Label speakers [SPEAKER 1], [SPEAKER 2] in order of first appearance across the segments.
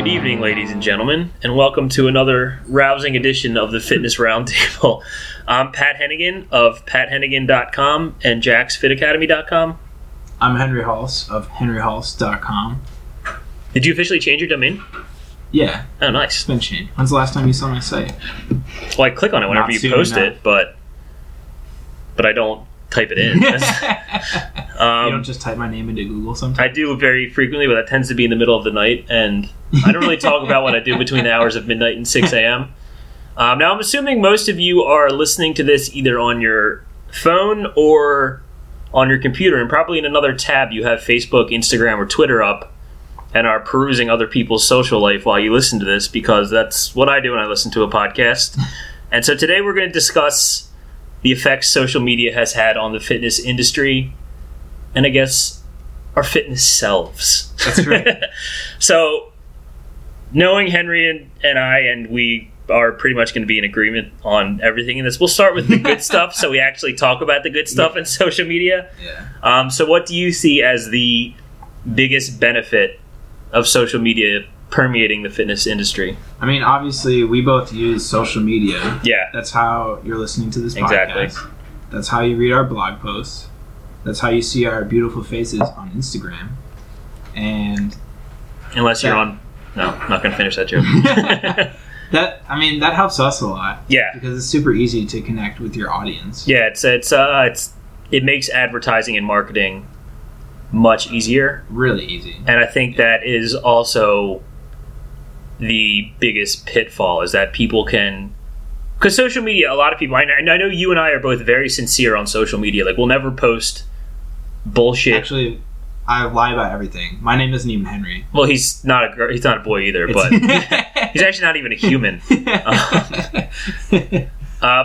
[SPEAKER 1] ladies and gentlemen, and welcome to another rousing edition of the Fitness Roundtable. I'm Pat Hennigan of pathennigan.com and jacksfitacademy.com.
[SPEAKER 2] I'm Henry Halse of henryhalse.com.
[SPEAKER 1] Did you officially change your domain?
[SPEAKER 2] Yeah,
[SPEAKER 1] Oh, nice.
[SPEAKER 2] it's been changed. When's the last time you saw my site?
[SPEAKER 1] Well, I click on it whenever
[SPEAKER 2] Not
[SPEAKER 1] you
[SPEAKER 2] soon
[SPEAKER 1] post
[SPEAKER 2] enough.
[SPEAKER 1] it, but but I don't type it in.
[SPEAKER 2] you don't
[SPEAKER 1] um,
[SPEAKER 2] just type my name into Google sometimes?
[SPEAKER 1] I do very frequently, but that tends to be in the middle of the night, and I don't really talk about what I do between the hours of midnight and 6 a.m. Um, now, I'm assuming most of you are listening to this either on your phone or on your computer, and probably in another tab you have Facebook, Instagram, or Twitter up and are perusing other people's social life while you listen to this because that's what I do when I listen to a podcast. and so today we're going to discuss the effects social media has had on the fitness industry and I guess our fitness selves.
[SPEAKER 2] That's right.
[SPEAKER 1] so knowing Henry and, and I, and we are pretty much going to be in agreement on everything in this. We'll start with the good stuff, so we actually talk about the good stuff in social media.
[SPEAKER 2] yeah.
[SPEAKER 1] Um, so, what do you see as the biggest benefit of social media permeating the fitness industry?
[SPEAKER 2] I mean, obviously, we both use social media.
[SPEAKER 1] Yeah,
[SPEAKER 2] That's how you're listening to this
[SPEAKER 1] Exactly.
[SPEAKER 2] podcast. That's how you read our blog posts. That's how you see our beautiful faces on Instagram. And
[SPEAKER 1] unless you're
[SPEAKER 2] Yeah.
[SPEAKER 1] on. No, I'm not going to finish that joke.
[SPEAKER 2] that, I mean, that helps us a lot
[SPEAKER 1] yeah,
[SPEAKER 2] because it's super easy to connect with your audience.
[SPEAKER 1] yeah. It's it's uh, it's it makes advertising and marketing much easier.
[SPEAKER 2] Really easy.
[SPEAKER 1] And I think that is also the biggest pitfall is that people can because social media a lot of people I know, I know you and I are both very sincere on social media like we'll never post bullshit
[SPEAKER 2] Actually, I lie about everything. My name isn't even Henry.
[SPEAKER 1] well he's not a girl he's not a boy either but
[SPEAKER 2] It's-
[SPEAKER 1] he's actually not even a human
[SPEAKER 2] Um,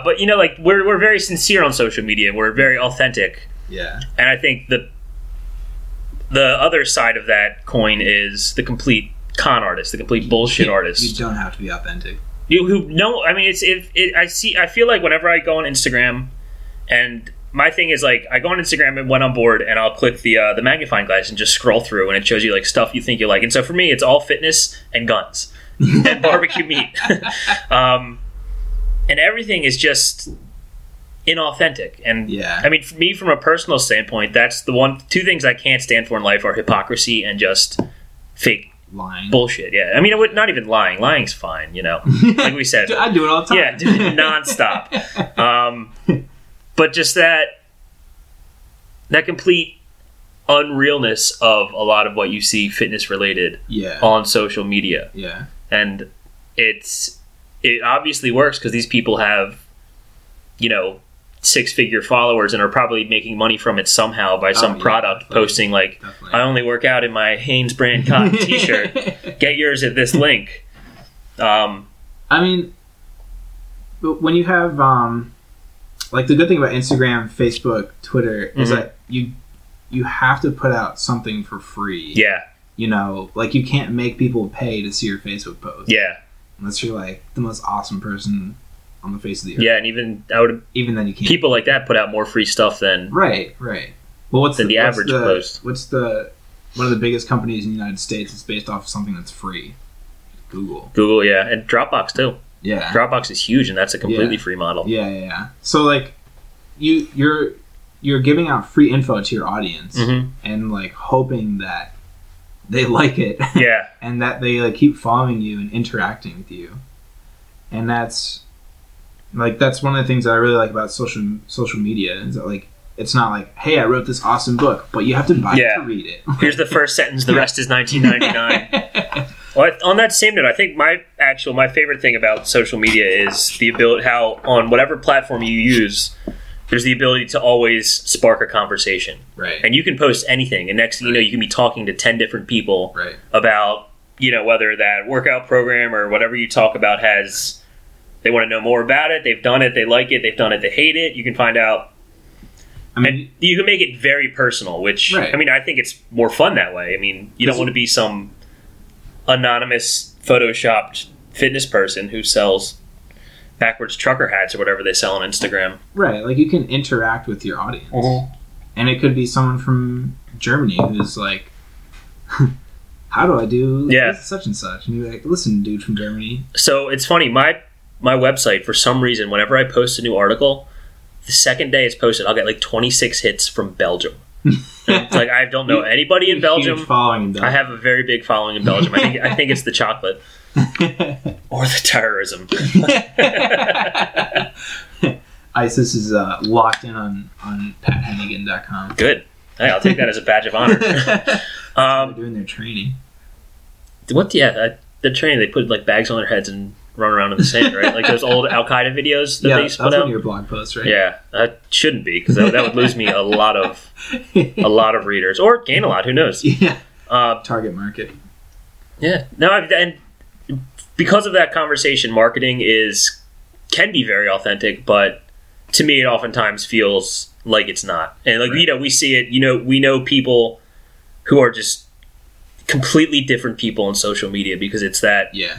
[SPEAKER 1] uh, but you know like we're, we're very sincere on social media we're very authentic
[SPEAKER 2] yeah.
[SPEAKER 1] and I think the the other side of that coin is the complete con artist the complete bullshit artist
[SPEAKER 2] You don't have to be authentic.
[SPEAKER 1] You who know? I mean, it's if it, I see. I feel like whenever I go on Instagram, and my thing is like I go on Instagram and went on board, and I'll click the uh, the magnifying glass and just scroll through, and it shows you like stuff you think you like. And so for me, it's all fitness and guns and barbecue meat, um, and everything is just inauthentic. And
[SPEAKER 2] Yeah.
[SPEAKER 1] I mean, for me, from a personal standpoint, that's the one two things I can't stand for in life are hypocrisy and just fake
[SPEAKER 2] Lying.
[SPEAKER 1] bullshit. Yeah, I mean, I would not even lying. Lying's fine, you know like we said.
[SPEAKER 2] I do it all the time.
[SPEAKER 1] Yeah, do it nonstop. Um, but just that that complete unrealness of a lot of what you see fitness related
[SPEAKER 2] yeah.
[SPEAKER 1] on social media,
[SPEAKER 2] yeah.
[SPEAKER 1] and it's it obviously works because these people have you know six figure followers and are probably making money from it somehow by some
[SPEAKER 2] Oh, yeah,
[SPEAKER 1] product
[SPEAKER 2] definitely.
[SPEAKER 1] posting like
[SPEAKER 2] Definitely.
[SPEAKER 1] I only work out in my Hanes brand cotton t-shirt. Get yours at this link. Um,
[SPEAKER 2] I mean, but when you have um, like the good thing about Instagram, Facebook, Twitter is
[SPEAKER 1] Mhm.
[SPEAKER 2] that you you have to put out something for free.
[SPEAKER 1] yeah,
[SPEAKER 2] You know, like you can't make people pay to see your Facebook post
[SPEAKER 1] yeah.
[SPEAKER 2] unless you're like the most awesome person on the face of the earth.
[SPEAKER 1] Yeah, and even I would
[SPEAKER 2] Even then, you can't.
[SPEAKER 1] people like that put out more free stuff than
[SPEAKER 2] Right, right. Well, what's the,
[SPEAKER 1] Than the
[SPEAKER 2] what's
[SPEAKER 1] average
[SPEAKER 2] the-
[SPEAKER 1] post.
[SPEAKER 2] What's the one of the biggest companies in the United States is based off of something that's free? Google.
[SPEAKER 1] Google, yeah, and Dropbox too.
[SPEAKER 2] Yeah.
[SPEAKER 1] Dropbox is huge, and that's a completely free model.
[SPEAKER 2] Yeah, yeah, yeah. So like, you you're you're giving out free info to your audience
[SPEAKER 1] hmm
[SPEAKER 2] and like hoping that they like it
[SPEAKER 1] Yeah,
[SPEAKER 2] and that they like keep following you and interacting with you, and that's like that's one of the things that I really like about social social media is that like it's not like hey I wrote this awesome book but you have to buy
[SPEAKER 1] Yeah.
[SPEAKER 2] it to read it.
[SPEAKER 1] here's the first sentence. The rest is 1999. well, I- on that same note, I think my actual my favorite thing about social media is the ability how on whatever platform you use, there's the ability to always spark a conversation,
[SPEAKER 2] right.
[SPEAKER 1] and you can post anything, and next thing you know, you can be talking to ten different people
[SPEAKER 2] Right.
[SPEAKER 1] about you know whether that workout program or whatever you talk about has they want to know more about it they've done it they like it they've done it they hate it you can find out
[SPEAKER 2] I mean,
[SPEAKER 1] and you can make it very personal which
[SPEAKER 2] Right.
[SPEAKER 1] i mean i think it's more fun that way i mean you don't
[SPEAKER 2] Does-
[SPEAKER 1] want to be some anonymous photoshopped fitness person who sells backwards trucker hats or whatever they sell on instagram
[SPEAKER 2] right. Like you can interact with your audience,
[SPEAKER 1] Uh-huh.
[SPEAKER 2] and it could be someone from Germany who's like, how do I do
[SPEAKER 1] Yeah.
[SPEAKER 2] this, such and such? And you're like, listen, dude from Germany.
[SPEAKER 1] So it's funny my my website for some reason whenever I post a new article, the second day it's posted, I'll get like 26 hits from Belgium. And it's like I don't know anybody in Belgium.
[SPEAKER 2] Huge following in
[SPEAKER 1] I
[SPEAKER 2] Belgium.
[SPEAKER 1] have a very big following in Belgium. I think I think it's the chocolate or the terrorism.
[SPEAKER 2] ISIS is uh, locked in on, on pathennigan.com.
[SPEAKER 1] Good. Hey, I'll take that as a badge of honor.
[SPEAKER 2] They're
[SPEAKER 1] Um,
[SPEAKER 2] doing their training.
[SPEAKER 1] what? Yeah, uh, the training they put like bags on their heads and run around in the sand, right? Like those old Al Qaeda videos that
[SPEAKER 2] yeah,
[SPEAKER 1] they
[SPEAKER 2] that's one
[SPEAKER 1] put
[SPEAKER 2] of
[SPEAKER 1] out.
[SPEAKER 2] your blog posts, right?
[SPEAKER 1] Yeah, that shouldn't be because that, that would lose me a lot of
[SPEAKER 2] Yeah.
[SPEAKER 1] a lot of readers or gain a lot. Who knows? Uh,
[SPEAKER 2] Target market.
[SPEAKER 1] yeah. No, I- and because of that conversation, marketing is can be very authentic, but to me, it oftentimes feels like it's not. And like
[SPEAKER 2] Right.
[SPEAKER 1] you know, we see it. You know, we know people who are just completely different people on social media because it's that
[SPEAKER 2] Yeah.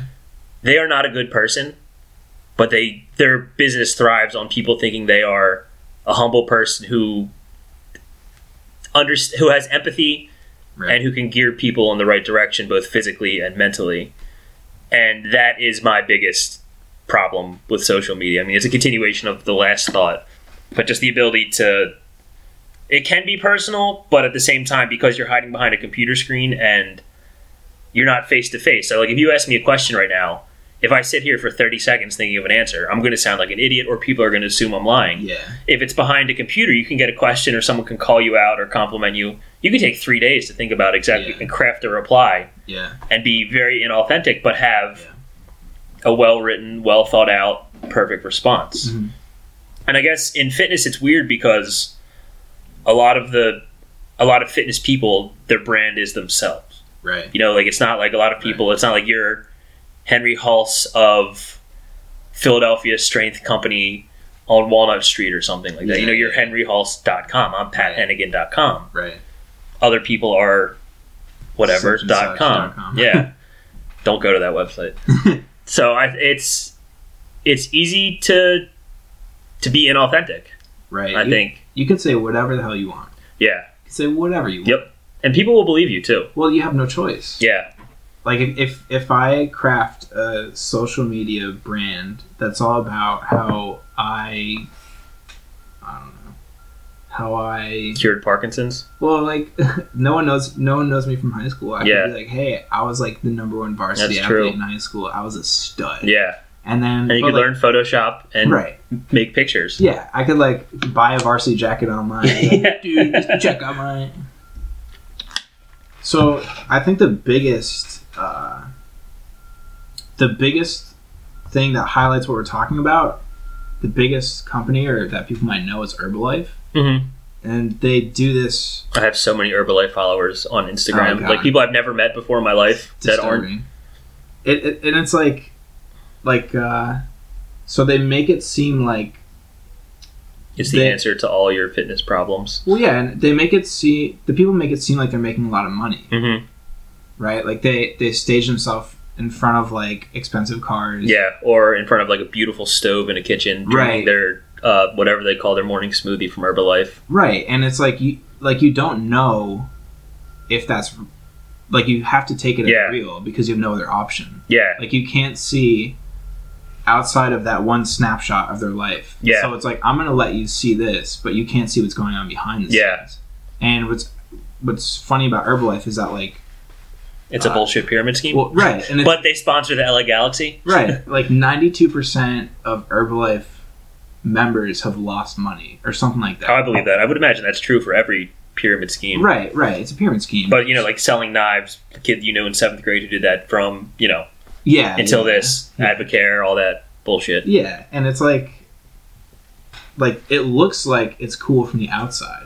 [SPEAKER 1] they are not a good person, but they their business thrives on people thinking they are a humble person who under, who has empathy
[SPEAKER 2] Right.
[SPEAKER 1] and who can gear people in the right direction both physically and mentally. And that is my biggest problem with social media. I mean, it's a continuation of the last thought, but just the ability to it can be personal, but at the same time because you're hiding behind a computer screen and you're not face to face. So like if you ask me a question right now, if I sit here for 30 seconds thinking of an answer, I'm going to sound like an idiot or people are going to assume I'm lying
[SPEAKER 2] Yeah.
[SPEAKER 1] if it's behind a computer, you can get a question or someone can call you out or compliment you. You can take three days to think about exactly
[SPEAKER 2] Yeah.
[SPEAKER 1] and craft a reply
[SPEAKER 2] Yeah.
[SPEAKER 1] and be very inauthentic, but have
[SPEAKER 2] Yeah.
[SPEAKER 1] a well written, well thought out, perfect response.
[SPEAKER 2] Mhm.
[SPEAKER 1] And I guess in fitness, it's weird because a lot of the a lot of fitness people, their brand is themselves.
[SPEAKER 2] Right.
[SPEAKER 1] You know, like it's not like a lot of people. It's not like you're Henry Hulse of Philadelphia Strength Company on Walnut Street or something like that. You know, you're henryhulse.com. I'm pathennigan.com.
[SPEAKER 2] Right.
[SPEAKER 1] Other people are whatever
[SPEAKER 2] Such and
[SPEAKER 1] dot
[SPEAKER 2] such
[SPEAKER 1] com.
[SPEAKER 2] dot com.
[SPEAKER 1] Yeah, don't go to that website. so I, it's it's easy to to be inauthentic.
[SPEAKER 2] Right.
[SPEAKER 1] I
[SPEAKER 2] you,
[SPEAKER 1] think.
[SPEAKER 2] you could say whatever the hell you want.
[SPEAKER 1] Yeah.
[SPEAKER 2] You could say whatever you want.
[SPEAKER 1] Yep. And people will believe you too.
[SPEAKER 2] Well, you have no choice.
[SPEAKER 1] Yeah.
[SPEAKER 2] Like if, if if I craft a social media brand that's all about how I, I don't know, how I
[SPEAKER 1] Cured Parkinson's.
[SPEAKER 2] Well, like no one knows no one knows me from high school. I
[SPEAKER 1] Yeah.
[SPEAKER 2] could be like, hey, I was like the number one varsity
[SPEAKER 1] That's
[SPEAKER 2] athlete
[SPEAKER 1] true.
[SPEAKER 2] in high school. I was a stud.
[SPEAKER 1] Yeah.
[SPEAKER 2] And then
[SPEAKER 1] And you
[SPEAKER 2] but,
[SPEAKER 1] can
[SPEAKER 2] like,
[SPEAKER 1] learn Photoshop and
[SPEAKER 2] right.
[SPEAKER 1] make pictures.
[SPEAKER 2] Yeah, I could like buy a varsity jacket online. Like, Dude, just check out my. So I think the biggest, uh, the biggest thing that highlights what we're talking about, the biggest company or that people might know is Herbalife,
[SPEAKER 1] Mm-hmm.
[SPEAKER 2] and they do this.
[SPEAKER 1] I have so many Herbalife followers on Instagram,
[SPEAKER 2] Oh, God.
[SPEAKER 1] like people I've never met before in my life that aren't.
[SPEAKER 2] disturbing. It, it and it's like, like, uh, so they make it seem like
[SPEAKER 1] It's the
[SPEAKER 2] They-
[SPEAKER 1] answer to all your fitness problems.
[SPEAKER 2] well, yeah, and they make it see the people make it seem like they're making a lot of money,
[SPEAKER 1] Mm-hmm.
[SPEAKER 2] right? Like they they stage themselves in front of like expensive cars,
[SPEAKER 1] Yeah, or in front of like a beautiful stove in a kitchen, drinking
[SPEAKER 2] Right.
[SPEAKER 1] Their uh, whatever they call their morning smoothie from Herbalife.
[SPEAKER 2] right? And it's like you like you don't know if that's like you have to take it
[SPEAKER 1] Yeah.
[SPEAKER 2] as real because you have no other option.
[SPEAKER 1] Yeah,
[SPEAKER 2] Like you can't see outside of that one snapshot of their life.
[SPEAKER 1] Yeah.
[SPEAKER 2] So it's like I'm gonna let you see this, but you can't see what's going on behind the
[SPEAKER 1] Yeah.
[SPEAKER 2] scenes. And what's what's funny about Herbalife is that like
[SPEAKER 1] it's a
[SPEAKER 2] Uh,
[SPEAKER 1] bullshit pyramid scheme.
[SPEAKER 2] well right and it's
[SPEAKER 1] but they sponsor the LA Galaxy.
[SPEAKER 2] right like ninety two percent of Herbalife members have lost money or something like that.
[SPEAKER 1] I believe that. I would imagine that's true for every pyramid scheme.
[SPEAKER 2] Right, right. It's a pyramid scheme.
[SPEAKER 1] But you know, like selling knives, the kid you know in seventh grade who did that from you know
[SPEAKER 2] yeah,
[SPEAKER 1] until
[SPEAKER 2] Uh, yeah.
[SPEAKER 1] this Advocare, all that bullshit.
[SPEAKER 2] Yeah, and it's like like it looks like it's cool from the outside.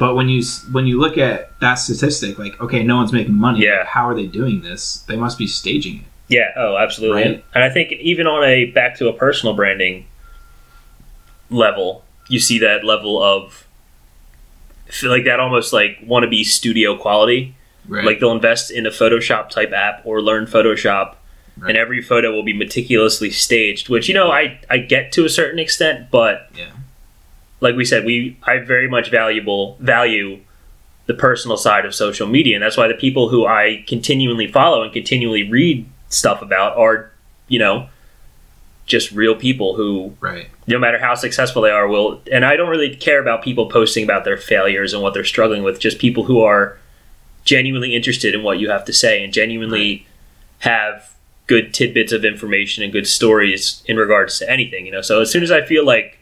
[SPEAKER 2] But when you s- when you look at that statistic like okay, no one's making money.
[SPEAKER 1] Yeah.
[SPEAKER 2] How are they doing this? They must be staging it.
[SPEAKER 1] Yeah, oh, absolutely.
[SPEAKER 2] Right?
[SPEAKER 1] And, and I think even on a back to a personal branding level, you see that level of feel like that almost like wannabe studio quality.
[SPEAKER 2] Right.
[SPEAKER 1] Like they'll invest in a Photoshop type app or learn Photoshop,
[SPEAKER 2] Right.
[SPEAKER 1] and every photo will be meticulously staged. Which you know, I I get to a certain extent, but
[SPEAKER 2] Yeah.
[SPEAKER 1] like we said, we I very much valuable value the personal side of social media, and that's why the people who I continually follow and continually read stuff about are, you know, just real people who,
[SPEAKER 2] Right.
[SPEAKER 1] no matter how successful they are, will. And I don't really care about people posting about their failures and what they're struggling with. Just people who are genuinely interested in what you have to say and genuinely have good tidbits of information and good stories in regards to anything. You know, so as soon as I feel like,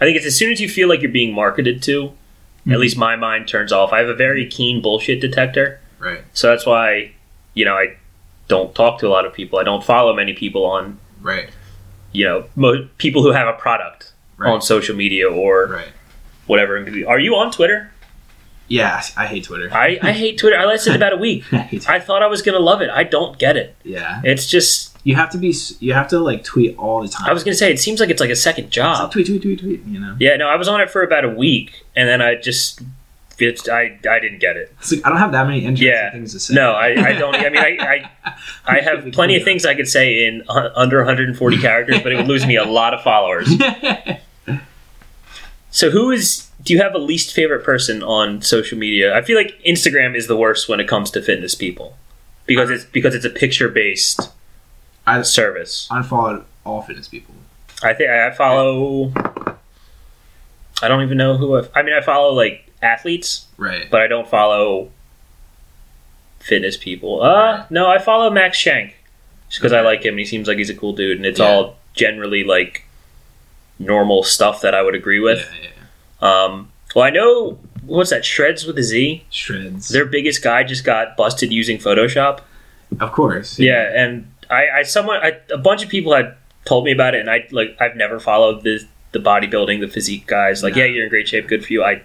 [SPEAKER 1] I think it's as soon as you feel like you're being marketed to,
[SPEAKER 2] Mhm.
[SPEAKER 1] at least my mind turns off. I have a very keen bullshit detector.
[SPEAKER 2] Right.
[SPEAKER 1] So that's why, you know, I don't talk to a lot of people. I don't follow many people on,
[SPEAKER 2] Right.
[SPEAKER 1] you know, mo- people who have a product
[SPEAKER 2] Right.
[SPEAKER 1] on social media or
[SPEAKER 2] Right.
[SPEAKER 1] whatever. it may be. Are you on Twitter?
[SPEAKER 2] Yeah, I hate Twitter.
[SPEAKER 1] I, I hate Twitter. I lasted about a week.
[SPEAKER 2] I hate Twitter.
[SPEAKER 1] I thought I was going to love it. I don't get it.
[SPEAKER 2] Yeah.
[SPEAKER 1] It's just,
[SPEAKER 2] You have to be. s- You have to like tweet all the time.
[SPEAKER 1] I was going to say, it seems like it's like a second
[SPEAKER 2] It's
[SPEAKER 1] job.
[SPEAKER 2] like tweet, tweet, tweet, tweet. You know.
[SPEAKER 1] Yeah, no, I was on it for about a week and then I just, it's, I, I didn't get it.
[SPEAKER 2] It's like, I don't have that many interesting
[SPEAKER 1] Yeah.
[SPEAKER 2] things to say.
[SPEAKER 1] No, I, I don't. e-, I mean, I, I, I have plenty of things I could say in uh, under 140 characters, but it would lose me a lot of followers. So, who is? Do you have a least favorite person on social media? I feel like Instagram is the worst when it comes to fitness people because it's because it's a picture based
[SPEAKER 2] I-
[SPEAKER 1] service.
[SPEAKER 2] unfollowed all fitness people.
[SPEAKER 1] I think I follow. I don't even know who. i I mean, I follow like athletes,
[SPEAKER 2] Right.
[SPEAKER 1] but I don't follow fitness people. Uh, no, I follow Max Shank just because I like him. and He seems like he's a cool dude, and it's
[SPEAKER 2] Yeah.
[SPEAKER 1] all generally like normal stuff that I would agree
[SPEAKER 2] Yeah,
[SPEAKER 1] with.
[SPEAKER 2] yeah.
[SPEAKER 1] Um, well, I know what's that? Shreds with a Z.
[SPEAKER 2] Shreds.
[SPEAKER 1] Their biggest guy just got busted using Photoshop.
[SPEAKER 2] of course.
[SPEAKER 1] Yeah, and I, I someone, I, a bunch of people had told me about it, and I like I've never followed the the bodybuilding, the physique guys. Like, yeah,
[SPEAKER 2] No.
[SPEAKER 1] you're in great shape, good for you. I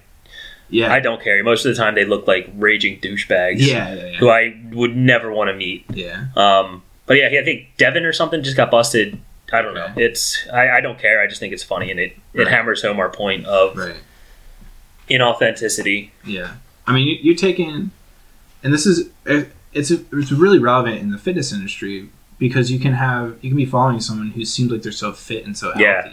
[SPEAKER 2] Yeah.
[SPEAKER 1] I don't care. Most of the time, they look like raging douchebags.
[SPEAKER 2] yeah. Yeah. Yeah.
[SPEAKER 1] Who I would never want to meet.
[SPEAKER 2] yeah.
[SPEAKER 1] Um, but yeah, I think Devin or something just got busted. I don't know.
[SPEAKER 2] Okay.
[SPEAKER 1] It's I, I don't care. I just think it's funny, and it, it
[SPEAKER 2] Right.
[SPEAKER 1] hammers home our point of
[SPEAKER 2] Right.
[SPEAKER 1] inauthenticity.
[SPEAKER 2] Yeah, I mean, you, you're taking, and this is it- it's it's really relevant in the fitness industry because you can have you can be following someone who seems like they're so fit and so healthy,
[SPEAKER 1] Yeah.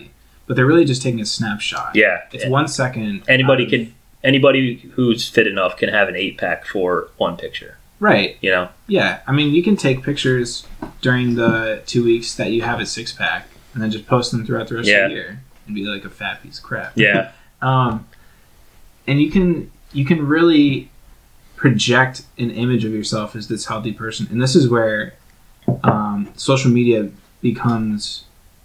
[SPEAKER 2] but they're really just taking a snapshot.
[SPEAKER 1] Yeah,
[SPEAKER 2] it's one second.
[SPEAKER 1] anybody
[SPEAKER 2] out of-
[SPEAKER 1] can anybody who's fit enough can have an eight pack for one picture.
[SPEAKER 2] Right.
[SPEAKER 1] You know,
[SPEAKER 2] Yeah. I mean, you can take pictures during the two weeks that you have a six pack, and then just post them throughout the rest
[SPEAKER 1] Yeah.
[SPEAKER 2] of the year and be like a fat piece of crap.
[SPEAKER 1] yeah,
[SPEAKER 2] um, and you can you can really project an image of yourself as this healthy person and this is where um, social media becomes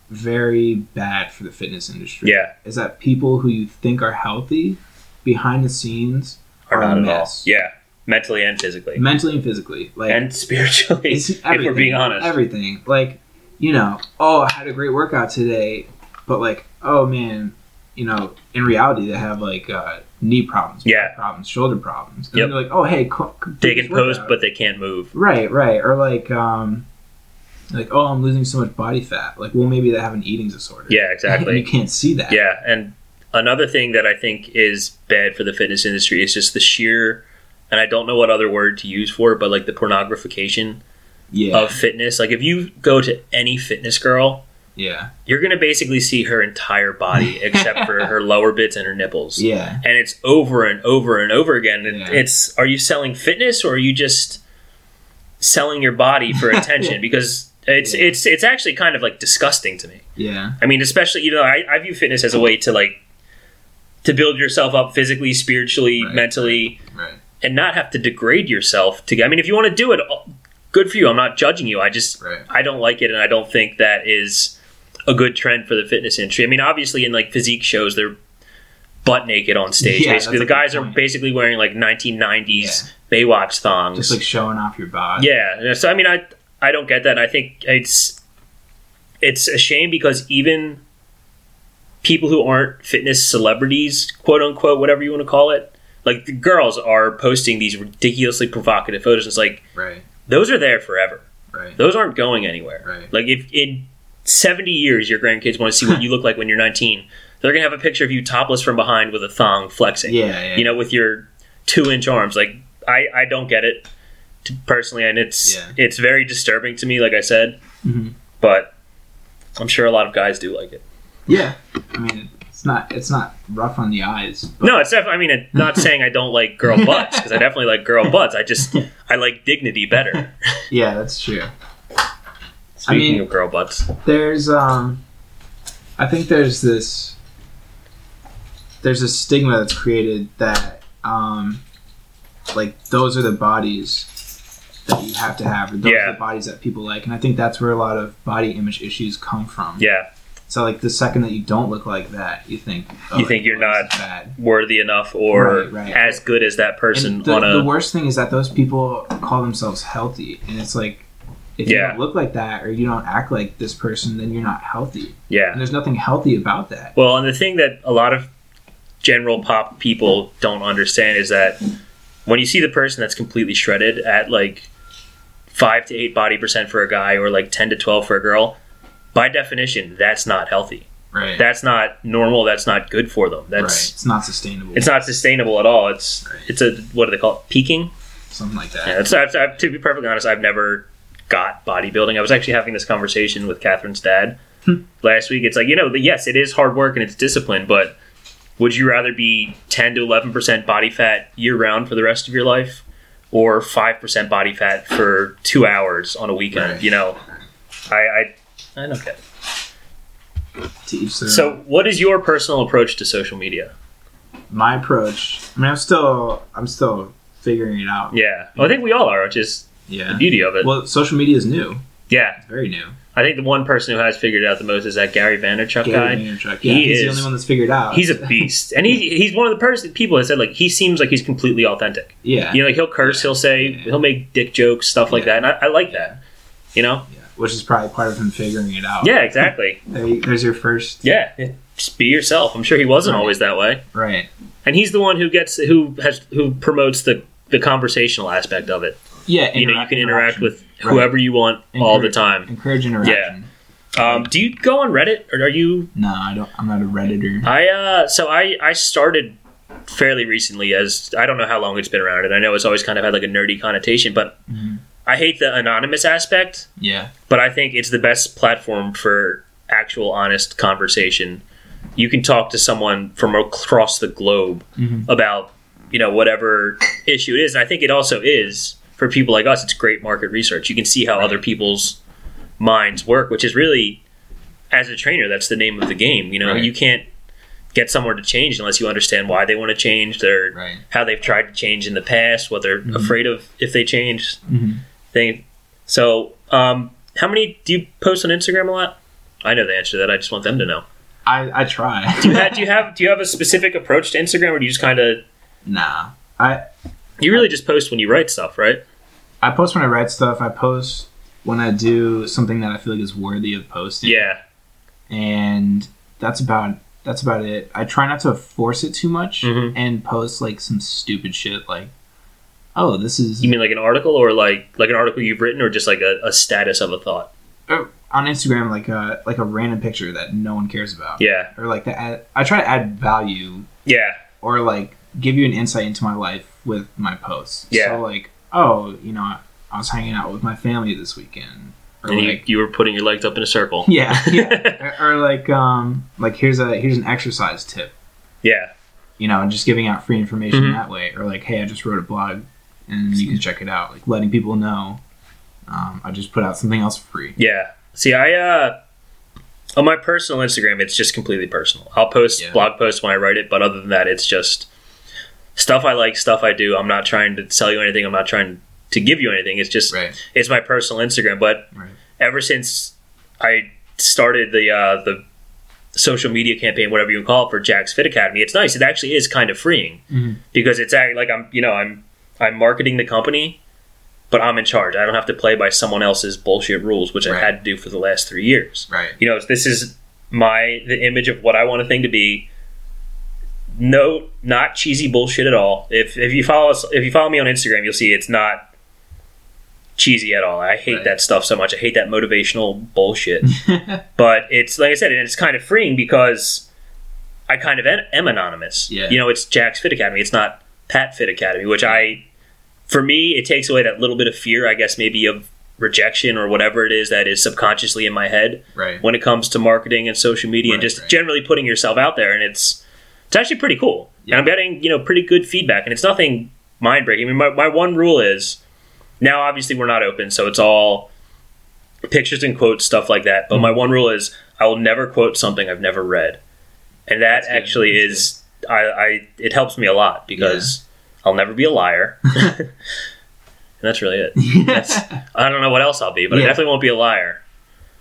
[SPEAKER 2] very bad for the fitness industry
[SPEAKER 1] yeah,
[SPEAKER 2] is that people who you think are healthy behind the scenes
[SPEAKER 1] or
[SPEAKER 2] Or
[SPEAKER 1] not
[SPEAKER 2] a
[SPEAKER 1] at all.
[SPEAKER 2] mess.
[SPEAKER 1] Yeah, mentally and physically
[SPEAKER 2] mentally and physically like
[SPEAKER 1] and spiritually.
[SPEAKER 2] it's
[SPEAKER 1] If we're being honest,
[SPEAKER 2] everything like you know oh i had a great workout today but like oh man you know in reality they have like uh, knee problems back
[SPEAKER 1] Yeah.
[SPEAKER 2] problems shoulder problems and
[SPEAKER 1] Yep.
[SPEAKER 2] then they're like oh hey co- co-
[SPEAKER 1] they
[SPEAKER 2] do
[SPEAKER 1] can
[SPEAKER 2] this
[SPEAKER 1] post,
[SPEAKER 2] workout.
[SPEAKER 1] but they can't move.
[SPEAKER 2] right right or like um like oh i'm losing so much body fat like well maybe they have an eating disorder
[SPEAKER 1] Yeah,
[SPEAKER 2] you
[SPEAKER 1] exactly.
[SPEAKER 2] can't see that
[SPEAKER 1] yeah, and another thing that I think is bad for the fitness industry is just the sheer. And I don't know what other word to use for it, but like the pornographication
[SPEAKER 2] yeah
[SPEAKER 1] of fitness. Like if you go to any fitness girl,
[SPEAKER 2] yeah
[SPEAKER 1] you're gonna basically see her entire body except for her lower bits and her nipples.
[SPEAKER 2] yeah
[SPEAKER 1] and it's over and over and over again. It,
[SPEAKER 2] Yeah.
[SPEAKER 1] It's are you selling fitness or are you just selling your body for attention? because it's
[SPEAKER 2] Yeah.
[SPEAKER 1] it's it's actually kind of like disgusting to me.
[SPEAKER 2] yeah
[SPEAKER 1] I mean, especially you know, I, I view fitness as a way to like to build yourself up physically, spiritually,
[SPEAKER 2] Right.
[SPEAKER 1] mentally,
[SPEAKER 2] right
[SPEAKER 1] and not have to degrade yourself. To I mean, if you want to do it, good for you. I'm not judging you. I just
[SPEAKER 2] right
[SPEAKER 1] I don't like it, and I don't think that is a good trend for the fitness industry. I mean, obviously, in like physique shows, they're butt naked on stage.
[SPEAKER 2] Yeah,
[SPEAKER 1] basically, the
[SPEAKER 2] that's a good
[SPEAKER 1] guys are
[SPEAKER 2] point.
[SPEAKER 1] basically wearing like 1990s Baywatch thongs.
[SPEAKER 2] just like showing off your body
[SPEAKER 1] yeah. and So I mean, I I don't get that. and I think it's it's a shame because even people who aren't fitness celebrities, quote unquote, whatever you want to call it, like the girls are posting these ridiculously provocative photos. It's like
[SPEAKER 2] right
[SPEAKER 1] those are there forever.
[SPEAKER 2] right
[SPEAKER 1] Those aren't going anywhere.
[SPEAKER 2] right
[SPEAKER 1] Like if in 70 years your grandkids want to see what you look like when you're 19, they're going to have a picture of you topless from behind with a thong flexing.
[SPEAKER 2] yeah, yeah
[SPEAKER 1] You know, with your 2-inch arms. Like I I don't get it t- personally and it's
[SPEAKER 2] Yeah.
[SPEAKER 1] it's very disturbing to me like I said,
[SPEAKER 2] Mhm.
[SPEAKER 1] but I'm sure a lot of guys do like it.
[SPEAKER 2] yeah i mean it's not it's not rough on the eyes. But
[SPEAKER 1] No, it's definitely. I mean, I'm not saying I don't like girl butts because I definitely like girl butts. I just I like dignity better.
[SPEAKER 2] yeah, that's true.
[SPEAKER 1] Speaking
[SPEAKER 2] mean-
[SPEAKER 1] of girl butts,
[SPEAKER 2] There's um, I think there's this there's a stigma that's created that um, like those are the bodies that you have to have, or those
[SPEAKER 1] Yeah.
[SPEAKER 2] are the bodies that people like, and I think that's where a lot of body image issues come from.
[SPEAKER 1] yeah,
[SPEAKER 2] So like the second that you don't look like that, you think
[SPEAKER 1] You think you're
[SPEAKER 2] well,
[SPEAKER 1] not
[SPEAKER 2] this is bad.
[SPEAKER 1] worthy enough or
[SPEAKER 2] Right, right.
[SPEAKER 1] as good as that person
[SPEAKER 2] And the,
[SPEAKER 1] on a
[SPEAKER 2] the worst thing is that those people call themselves healthy, and it's like if you
[SPEAKER 1] Yeah.
[SPEAKER 2] don't look like that or you don't act like this person, then you're not healthy.
[SPEAKER 1] yeah.
[SPEAKER 2] And there's nothing healthy about that.
[SPEAKER 1] Well, and the thing that a lot of general pop people don't understand is that when you see the person that's completely shredded at like five to eight body percent for a guy or like ten to twelve for a girl, by definition, that's not healthy.
[SPEAKER 2] Right.
[SPEAKER 1] That's not normal. That's not good for them.
[SPEAKER 2] right.
[SPEAKER 1] That's
[SPEAKER 2] It's not sustainable.
[SPEAKER 1] it's not sustainable at all. It's it's a what do they call it? Peaking.
[SPEAKER 2] something like that.
[SPEAKER 1] Yeah, it's, I've, I've- to be perfectly honest, I've never got bodybuilding. I was actually having this conversation with Catherine's dad last week. It's like, you know, the, yes, it is hard work and it's discipline, but would you rather be 10 to 11% body fat year round for the rest of your life or 5% body fat for two hours on a weekend?
[SPEAKER 2] Right.
[SPEAKER 1] You know, I, I, I don't get it.
[SPEAKER 2] To each their
[SPEAKER 1] So, what is your personal approach to social media?
[SPEAKER 2] my approach. I mean, I'm still I'm still figuring it out.
[SPEAKER 1] Yeah. Well, I think we all are, which is the
[SPEAKER 2] Yeah.
[SPEAKER 1] beauty of it.
[SPEAKER 2] Well, social media is new.
[SPEAKER 1] yeah.
[SPEAKER 2] It's very new.
[SPEAKER 1] I think the one person who has figured it out the most is that Gary Vaynerchuk guy.
[SPEAKER 2] Gary Vaynerchuk. Yeah,
[SPEAKER 1] He
[SPEAKER 2] he's the
[SPEAKER 1] is-
[SPEAKER 2] only one that's figured it out.
[SPEAKER 1] he's a beast, and he he's one of the person people that said like he seems like he's completely authentic.
[SPEAKER 2] yeah.
[SPEAKER 1] You know, like he'll curse, he'll say, he'll make dick jokes, stuff like that, and I, I like that. You know,
[SPEAKER 2] yeah. Which is probably part of him figuring it out.
[SPEAKER 1] yeah, exactly,
[SPEAKER 2] There you- there's your first.
[SPEAKER 1] yeah. Just be yourself. I'm sure he wasn't
[SPEAKER 2] Right.
[SPEAKER 1] always that way,
[SPEAKER 2] Right.
[SPEAKER 1] and he's the one who gets who has who promotes the the conversational aspect of it. You
[SPEAKER 2] Yeah.
[SPEAKER 1] know, you
[SPEAKER 2] interact-
[SPEAKER 1] can interact
[SPEAKER 2] interaction.
[SPEAKER 1] with
[SPEAKER 2] Right.
[SPEAKER 1] whoever you want all the
[SPEAKER 2] Encourage-
[SPEAKER 1] time.
[SPEAKER 2] encourage interaction.
[SPEAKER 1] Um, do you go on Reddit, or are you
[SPEAKER 2] No, I don't. I'm not a redditor.
[SPEAKER 1] I uh, so I I started fairly recently as I don't know how long it's been around, and I know it's always kind of had like a nerdy connotation, but
[SPEAKER 2] Mhm.
[SPEAKER 1] I hate the anonymous aspect.
[SPEAKER 2] Yeah.
[SPEAKER 1] But I think it's the best platform for actual honest conversation. You can talk to someone from across the globe
[SPEAKER 2] Mhm.
[SPEAKER 1] about you know whatever issue it is, and I think it also is for people like us. It's great market research. You can see how other people's minds work, which is really as a trainer, that's the name of the game. You know,
[SPEAKER 2] Right.
[SPEAKER 1] you can't get someone to change unless you understand why they want to change, their
[SPEAKER 2] Right.
[SPEAKER 1] how they've tried to change in the past, what they're afraid of if they change
[SPEAKER 2] Mhm.
[SPEAKER 1] thing. So, um, how many do you post on Instagram a lot? I know the answer to that. I just want them to know.
[SPEAKER 2] I I try.
[SPEAKER 1] Do you have do you have do you have a specific approach to Instagram, or do you just kind of
[SPEAKER 2] nah. I
[SPEAKER 1] you really just post when you write stuff, right?
[SPEAKER 2] I post when I write stuff. I post when I do something that I feel like is worthy of posting.
[SPEAKER 1] Yeah,
[SPEAKER 2] And that's about that's about it. I try not to force it too much
[SPEAKER 1] Mhm.
[SPEAKER 2] and post like some stupid shit like, oh, this is
[SPEAKER 1] you mean like an article, or like like an article you've written, or just like a, a status of a thought?
[SPEAKER 2] or on Instagram like a like a random picture that no one cares about.
[SPEAKER 1] Yeah,
[SPEAKER 2] Or like that. add- I try to add value
[SPEAKER 1] yeah,
[SPEAKER 2] or like give you an insight into my life with my posts.
[SPEAKER 1] Yeah.
[SPEAKER 2] So like, oh, you know, I, I was hanging out with my family this weekend, or
[SPEAKER 1] and
[SPEAKER 2] like,
[SPEAKER 1] you, you were putting your legs up in a circle.
[SPEAKER 2] yeah, yeah, or, or like, um, like here's a here's an exercise tip,
[SPEAKER 1] Yeah,
[SPEAKER 2] you know, and just giving out free information
[SPEAKER 1] Mhm.
[SPEAKER 2] that way, or like, hey, I just wrote a blog, and you can check it out, like letting people know. Um, I just put out something else for free.
[SPEAKER 1] yeah. See, I uh, on my personal Instagram, it's just completely personal. I'll post
[SPEAKER 2] Yeah.
[SPEAKER 1] blog posts when I write it, but other than that, it's just stuff I like, stuff I do. I'm not trying to sell you anything. I'm not trying to give you anything. It's just
[SPEAKER 2] Right.
[SPEAKER 1] it's my personal Instagram. But
[SPEAKER 2] Right.
[SPEAKER 1] ever since I started the uh, the social media campaign, whatever you call it, for Jack's Fit Academy, it's nice. It actually is kind of freeing
[SPEAKER 2] Mhm.
[SPEAKER 1] because it's act- like I'm you know I'm I'm marketing the company, but I'm in charge. I don't have to play by someone else's bullshit rules, which I
[SPEAKER 2] Right.
[SPEAKER 1] had to do for the last three years.
[SPEAKER 2] Right.
[SPEAKER 1] You know, this is my the image of what I want a thing to be. No, not cheesy bullshit at all. If if you follow us, if you follow me on Instagram, you'll see it's not cheesy at all. I hate
[SPEAKER 2] Right.
[SPEAKER 1] that stuff so much. I hate that motivational bullshit. but it's like I said, and it's kind of freeing because I kind of am, am anonymous.
[SPEAKER 2] Yeah.
[SPEAKER 1] You know, it's Jack's Fit Academy. It's not Pat Fit Academy, which I, for me, it takes away that little bit of fear, I guess, maybe of rejection or whatever it is that is subconsciously in my head
[SPEAKER 2] Right.
[SPEAKER 1] when it comes to marketing and social media and
[SPEAKER 2] Right,
[SPEAKER 1] just
[SPEAKER 2] right.
[SPEAKER 1] generally putting yourself out there and it's it's actually pretty cool
[SPEAKER 2] Yeah.
[SPEAKER 1] and i'm getting you know pretty good feedback and it's nothing mind breaking i mean my, my one rule is now obviously we're not open so it's all pictures and quotes stuff like that but
[SPEAKER 2] Mm-hmm.
[SPEAKER 1] my one rule is i will never quote something i've never read and that
[SPEAKER 2] That's good.
[SPEAKER 1] actually
[SPEAKER 2] That's
[SPEAKER 1] is I, I it helps me a lot because i'll never be a liar and that's really it i don't know what else i'll be but i
[SPEAKER 2] Yeah.
[SPEAKER 1] definitely won't be a liar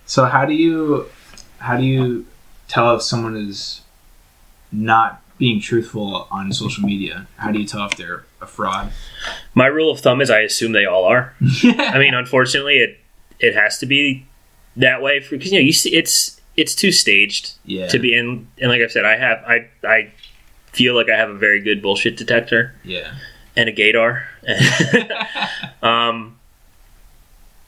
[SPEAKER 2] so how do you how do you tell if someone is not being truthful on social media? How do you tell if they're a fraud?
[SPEAKER 1] My rule of thumb is I assume they all are. I mean, unfortunately, it it has to be that way because you know you see it's it's too staged
[SPEAKER 2] yeah.
[SPEAKER 1] to be in. And like I said, I have I I feel like I have a very good bullshit detector
[SPEAKER 2] yeah.
[SPEAKER 1] and a gaydar. um,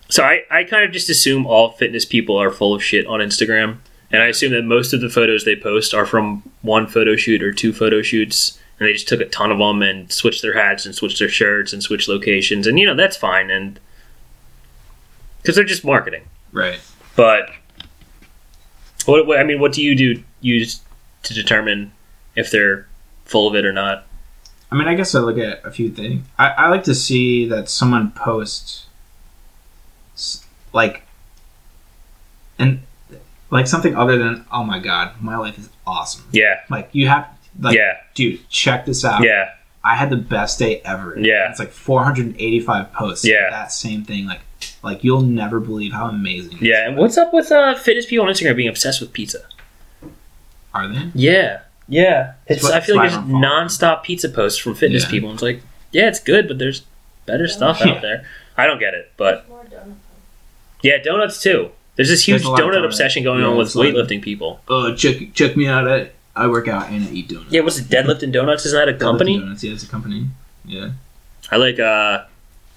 [SPEAKER 1] so I I kind of just assume all fitness people are full of shit on Instagram, and I assume that most of the photos they post are from one photo shoot or two photo shoots. And they just took a ton of them and switched their hats and switched their shirts and switched locations. And, you know, that's fine. And because they're just marketing.
[SPEAKER 2] Right.
[SPEAKER 1] But what, what I mean, what do you do use to determine if they're full of it or not?
[SPEAKER 2] I mean, I guess I look at a few things. I, I like to see that someone posts, s- like, and like something other than "Oh my god, my life is awesome."
[SPEAKER 1] Yeah,
[SPEAKER 2] Like you have, like,
[SPEAKER 1] yeah,
[SPEAKER 2] dude, check this out.
[SPEAKER 1] yeah,
[SPEAKER 2] I had the best day ever.
[SPEAKER 1] Yeah.
[SPEAKER 2] it's like 485 posts. of
[SPEAKER 1] Yeah.
[SPEAKER 2] that same thing. Like, like you'll never believe how amazing.
[SPEAKER 1] yeah. And what's up with uh, fitness people on Instagram being obsessed with pizza?
[SPEAKER 2] are they?
[SPEAKER 1] Yeah, yeah. It's,
[SPEAKER 2] what-
[SPEAKER 1] I feel like
[SPEAKER 2] that's
[SPEAKER 1] there's
[SPEAKER 2] why I don't follow them.
[SPEAKER 1] nonstop pizza posts from fitness
[SPEAKER 2] Yeah.
[SPEAKER 1] people. And it's like, yeah, it's good, but there's better stuff
[SPEAKER 2] Yeah.
[SPEAKER 1] out there. I don't get it, but yeah, donuts too. There's this huge
[SPEAKER 2] There's a lot of
[SPEAKER 1] donut
[SPEAKER 2] donuts.
[SPEAKER 1] obsession going
[SPEAKER 2] Yeah,
[SPEAKER 1] on with
[SPEAKER 2] it's like-
[SPEAKER 1] weightlifting people.
[SPEAKER 2] Oh, check check me out. I, I work out and I eat donuts.
[SPEAKER 1] Yeah, what's it? Deadlift and Donuts? Isn't that a company?
[SPEAKER 2] Donuts. Yeah, it's a company. Yeah,
[SPEAKER 1] I like. uh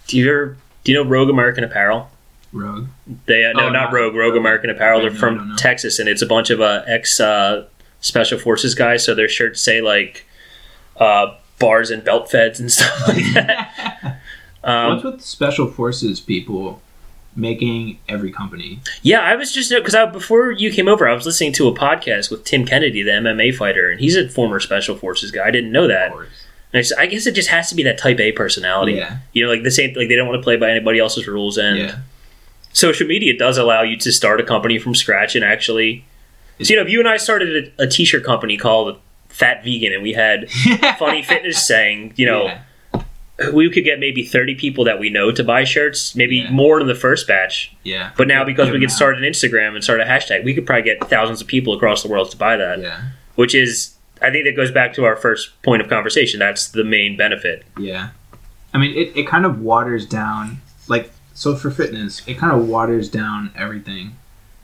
[SPEAKER 1] Do you ever? Do you know Rogue American Apparel?
[SPEAKER 2] Rogue.
[SPEAKER 1] They uh, no,
[SPEAKER 2] Oh,
[SPEAKER 1] not
[SPEAKER 2] not-
[SPEAKER 1] Rogue. Rogue American Apparel.
[SPEAKER 2] I
[SPEAKER 1] They're
[SPEAKER 2] know, I don't
[SPEAKER 1] from
[SPEAKER 2] know.
[SPEAKER 1] Texas, and it's a bunch of uh, ex uh, special forces guys. So their shirts say like uh, bars and belt feds and stuff like that.
[SPEAKER 2] What's
[SPEAKER 1] um,
[SPEAKER 2] with special forces people making every company?
[SPEAKER 1] yeah, I was just because I before you came over, I was listening to a podcast with Tim Kennedy, the MMA fighter, and he's a former special forces guy. I didn't know that.
[SPEAKER 2] Of course.
[SPEAKER 1] And I, just- I guess it just has to be that Type A personality.
[SPEAKER 2] Yeah,
[SPEAKER 1] You know, like the same like they don't want to play by anybody else's rules, and
[SPEAKER 2] yeah.
[SPEAKER 1] social media does allow you to start a company from scratch and actually so you know if you and i started a, a t-shirt company called fat vegan and we had funny fitness saying you know
[SPEAKER 2] Yeah.
[SPEAKER 1] we could get maybe 30 people that we know to buy shirts maybe
[SPEAKER 2] Yeah.
[SPEAKER 1] more than the first batch
[SPEAKER 2] yeah.
[SPEAKER 1] but now because we
[SPEAKER 2] Yeah.
[SPEAKER 1] could start an instagram and start a hashtag we could probably get thousands of people across the world to buy that
[SPEAKER 2] Yeah,
[SPEAKER 1] which is i think that goes back to our first point of conversation that's the main benefit
[SPEAKER 2] yeah. I mean, it, it kind of waters down, like, so for fitness, it kind of waters down everything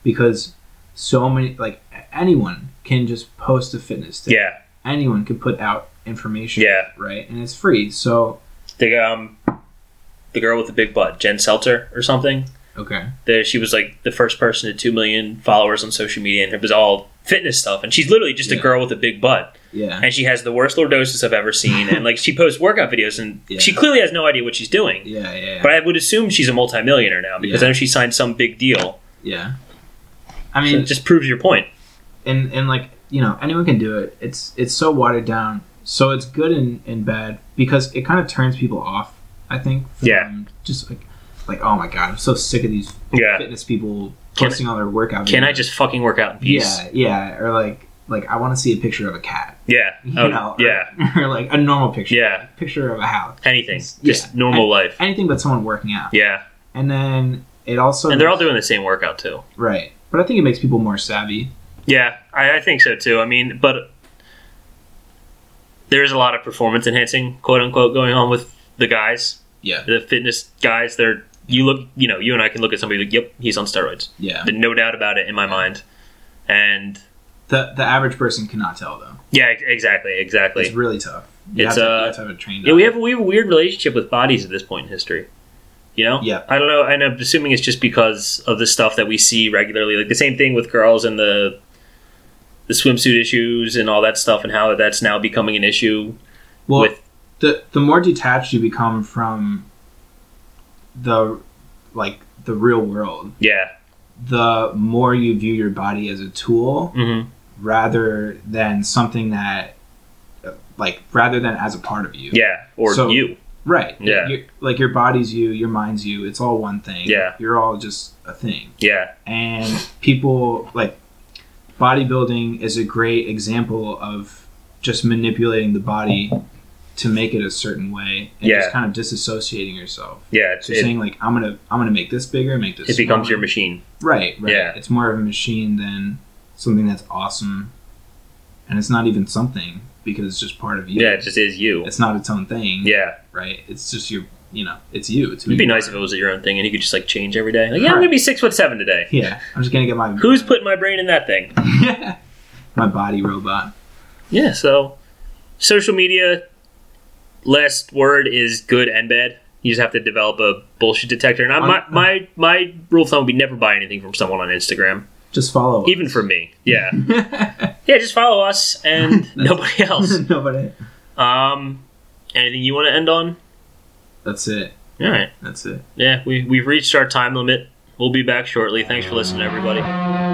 [SPEAKER 2] because so many, like, anyone can just post a fitness tip.
[SPEAKER 1] yeah
[SPEAKER 2] Anyone can put out information.
[SPEAKER 1] Yeah.
[SPEAKER 2] Right? And it's free. So,
[SPEAKER 1] the um the girl with the big butt jen seltzer or something
[SPEAKER 2] okay.
[SPEAKER 1] there she was like the first person to 2 million followers on social media and it was all fitness stuff and she's literally just a
[SPEAKER 2] Yeah.
[SPEAKER 1] girl with a big butt
[SPEAKER 2] Yeah.
[SPEAKER 1] and she has the worst lordosis i've ever seen and like she posts workout videos and
[SPEAKER 2] Yeah.
[SPEAKER 1] she clearly has no idea what she's doing
[SPEAKER 2] Yeah, yeah, yeah.
[SPEAKER 1] but i would assume she's a multimillionaire now because
[SPEAKER 2] Yeah.
[SPEAKER 1] i know she signed some big deal
[SPEAKER 2] yeah. I
[SPEAKER 1] so
[SPEAKER 2] mean,
[SPEAKER 1] it just proves your point
[SPEAKER 2] and and like you know anyone can do it it's it's so watered down so it's good and, and bad because it kind of turns people off i think
[SPEAKER 1] Yeah.
[SPEAKER 2] from just like like oh my god i'm so sick of these
[SPEAKER 1] yeah
[SPEAKER 2] fitness people
[SPEAKER 1] Can-
[SPEAKER 2] posting all their workout
[SPEAKER 1] can i
[SPEAKER 2] videos.
[SPEAKER 1] just fucking work out in peace
[SPEAKER 2] yeah yeah or like like i want to see a picture of a cat
[SPEAKER 1] yeah
[SPEAKER 2] you
[SPEAKER 1] Oh,
[SPEAKER 2] know or-
[SPEAKER 1] yeah
[SPEAKER 2] or, like a normal picture
[SPEAKER 1] Yeah.
[SPEAKER 2] a picture of a house
[SPEAKER 1] anything
[SPEAKER 2] It's-
[SPEAKER 1] just
[SPEAKER 2] yeah.
[SPEAKER 1] normal life
[SPEAKER 2] anything but someone working out
[SPEAKER 1] yeah
[SPEAKER 2] and then it also
[SPEAKER 1] and they're all doing the same workout too
[SPEAKER 2] right but i think it makes people more savvy
[SPEAKER 1] Yeah, I, I think so too. I mean, but there is a lot of performance enhancing, quote unquote, going on with the guys,
[SPEAKER 2] yeah
[SPEAKER 1] the fitness guys. They're you look, you know, you and I can look at somebody like, yep, he's on steroids.
[SPEAKER 2] yeah
[SPEAKER 1] There's no doubt about it in my mind. And
[SPEAKER 2] the the average person cannot tell though
[SPEAKER 1] yeah, ex- exactly,
[SPEAKER 2] It's
[SPEAKER 1] exactly.
[SPEAKER 2] really tough. You
[SPEAKER 1] It's,
[SPEAKER 2] have to,
[SPEAKER 1] uh,
[SPEAKER 2] you have to have it trained.
[SPEAKER 1] Yeah,
[SPEAKER 2] up.
[SPEAKER 1] we have we have a weird relationship with bodies at this point in history. You know,
[SPEAKER 2] Yeah.
[SPEAKER 1] I don't know, and I'm assuming it's just because of the stuff that we see regularly, like the same thing with girls and the the swimsuit issues and all that stuff, and how that's now becoming an issue
[SPEAKER 2] well,
[SPEAKER 1] with
[SPEAKER 2] the the more detached you become from the like the real world,
[SPEAKER 1] Yeah.
[SPEAKER 2] the more you view your body as a tool
[SPEAKER 1] Mm-hmm.
[SPEAKER 2] rather than something that, like, rather than as a part of you.
[SPEAKER 1] Yeah. Or
[SPEAKER 2] So-
[SPEAKER 1] you.
[SPEAKER 2] Right.
[SPEAKER 1] Yeah.
[SPEAKER 2] You- like your body's you, your mind's you. It's all one thing.
[SPEAKER 1] Yeah.
[SPEAKER 2] You're all just a thing.
[SPEAKER 1] Yeah.
[SPEAKER 2] And people like bodybuilding is a great example of just manipulating the body to make it a certain way and
[SPEAKER 1] Yeah.
[SPEAKER 2] just kind of disassociating yourself.
[SPEAKER 1] Yeah. It,
[SPEAKER 2] So you're
[SPEAKER 1] it,
[SPEAKER 2] saying like I'm gonna I'm gonna make this bigger, make this.
[SPEAKER 1] it becomes
[SPEAKER 2] smaller.
[SPEAKER 1] your machine.
[SPEAKER 2] Right. Right.
[SPEAKER 1] Yeah.
[SPEAKER 2] It's more of a machine than something that's awesome, and it's not even something because it's just part of you.
[SPEAKER 1] Yeah. It just is you.
[SPEAKER 2] It's not its own thing
[SPEAKER 1] Yeah.
[SPEAKER 2] right? It's just your, you know, it's you. It's who
[SPEAKER 1] It'd be
[SPEAKER 2] you
[SPEAKER 1] nice
[SPEAKER 2] are.
[SPEAKER 1] if it was your own thing and you could just like change every day. Like, yeah, I'm
[SPEAKER 2] Right.
[SPEAKER 1] gonna be six foot seven today.
[SPEAKER 2] Yeah, I'm just gonna get my
[SPEAKER 1] Who's putting my brain in that thing?
[SPEAKER 2] my body robot.
[SPEAKER 1] Yeah, so social media last word is good and bad. You just have to develop a bullshit detector. And I, my,
[SPEAKER 2] I'm-
[SPEAKER 1] my my rule of thumb would be never buy anything from someone on Instagram,
[SPEAKER 2] Just follow. us.
[SPEAKER 1] even from me. Yeah, yeah, just follow us and nobody else.
[SPEAKER 2] Nobody.
[SPEAKER 1] Um, anything you want to end on?
[SPEAKER 2] That's it.
[SPEAKER 1] All right,
[SPEAKER 2] That's it.
[SPEAKER 1] yeah, we we've reached our time limit. We'll be back shortly. Thanks for listening, everybody.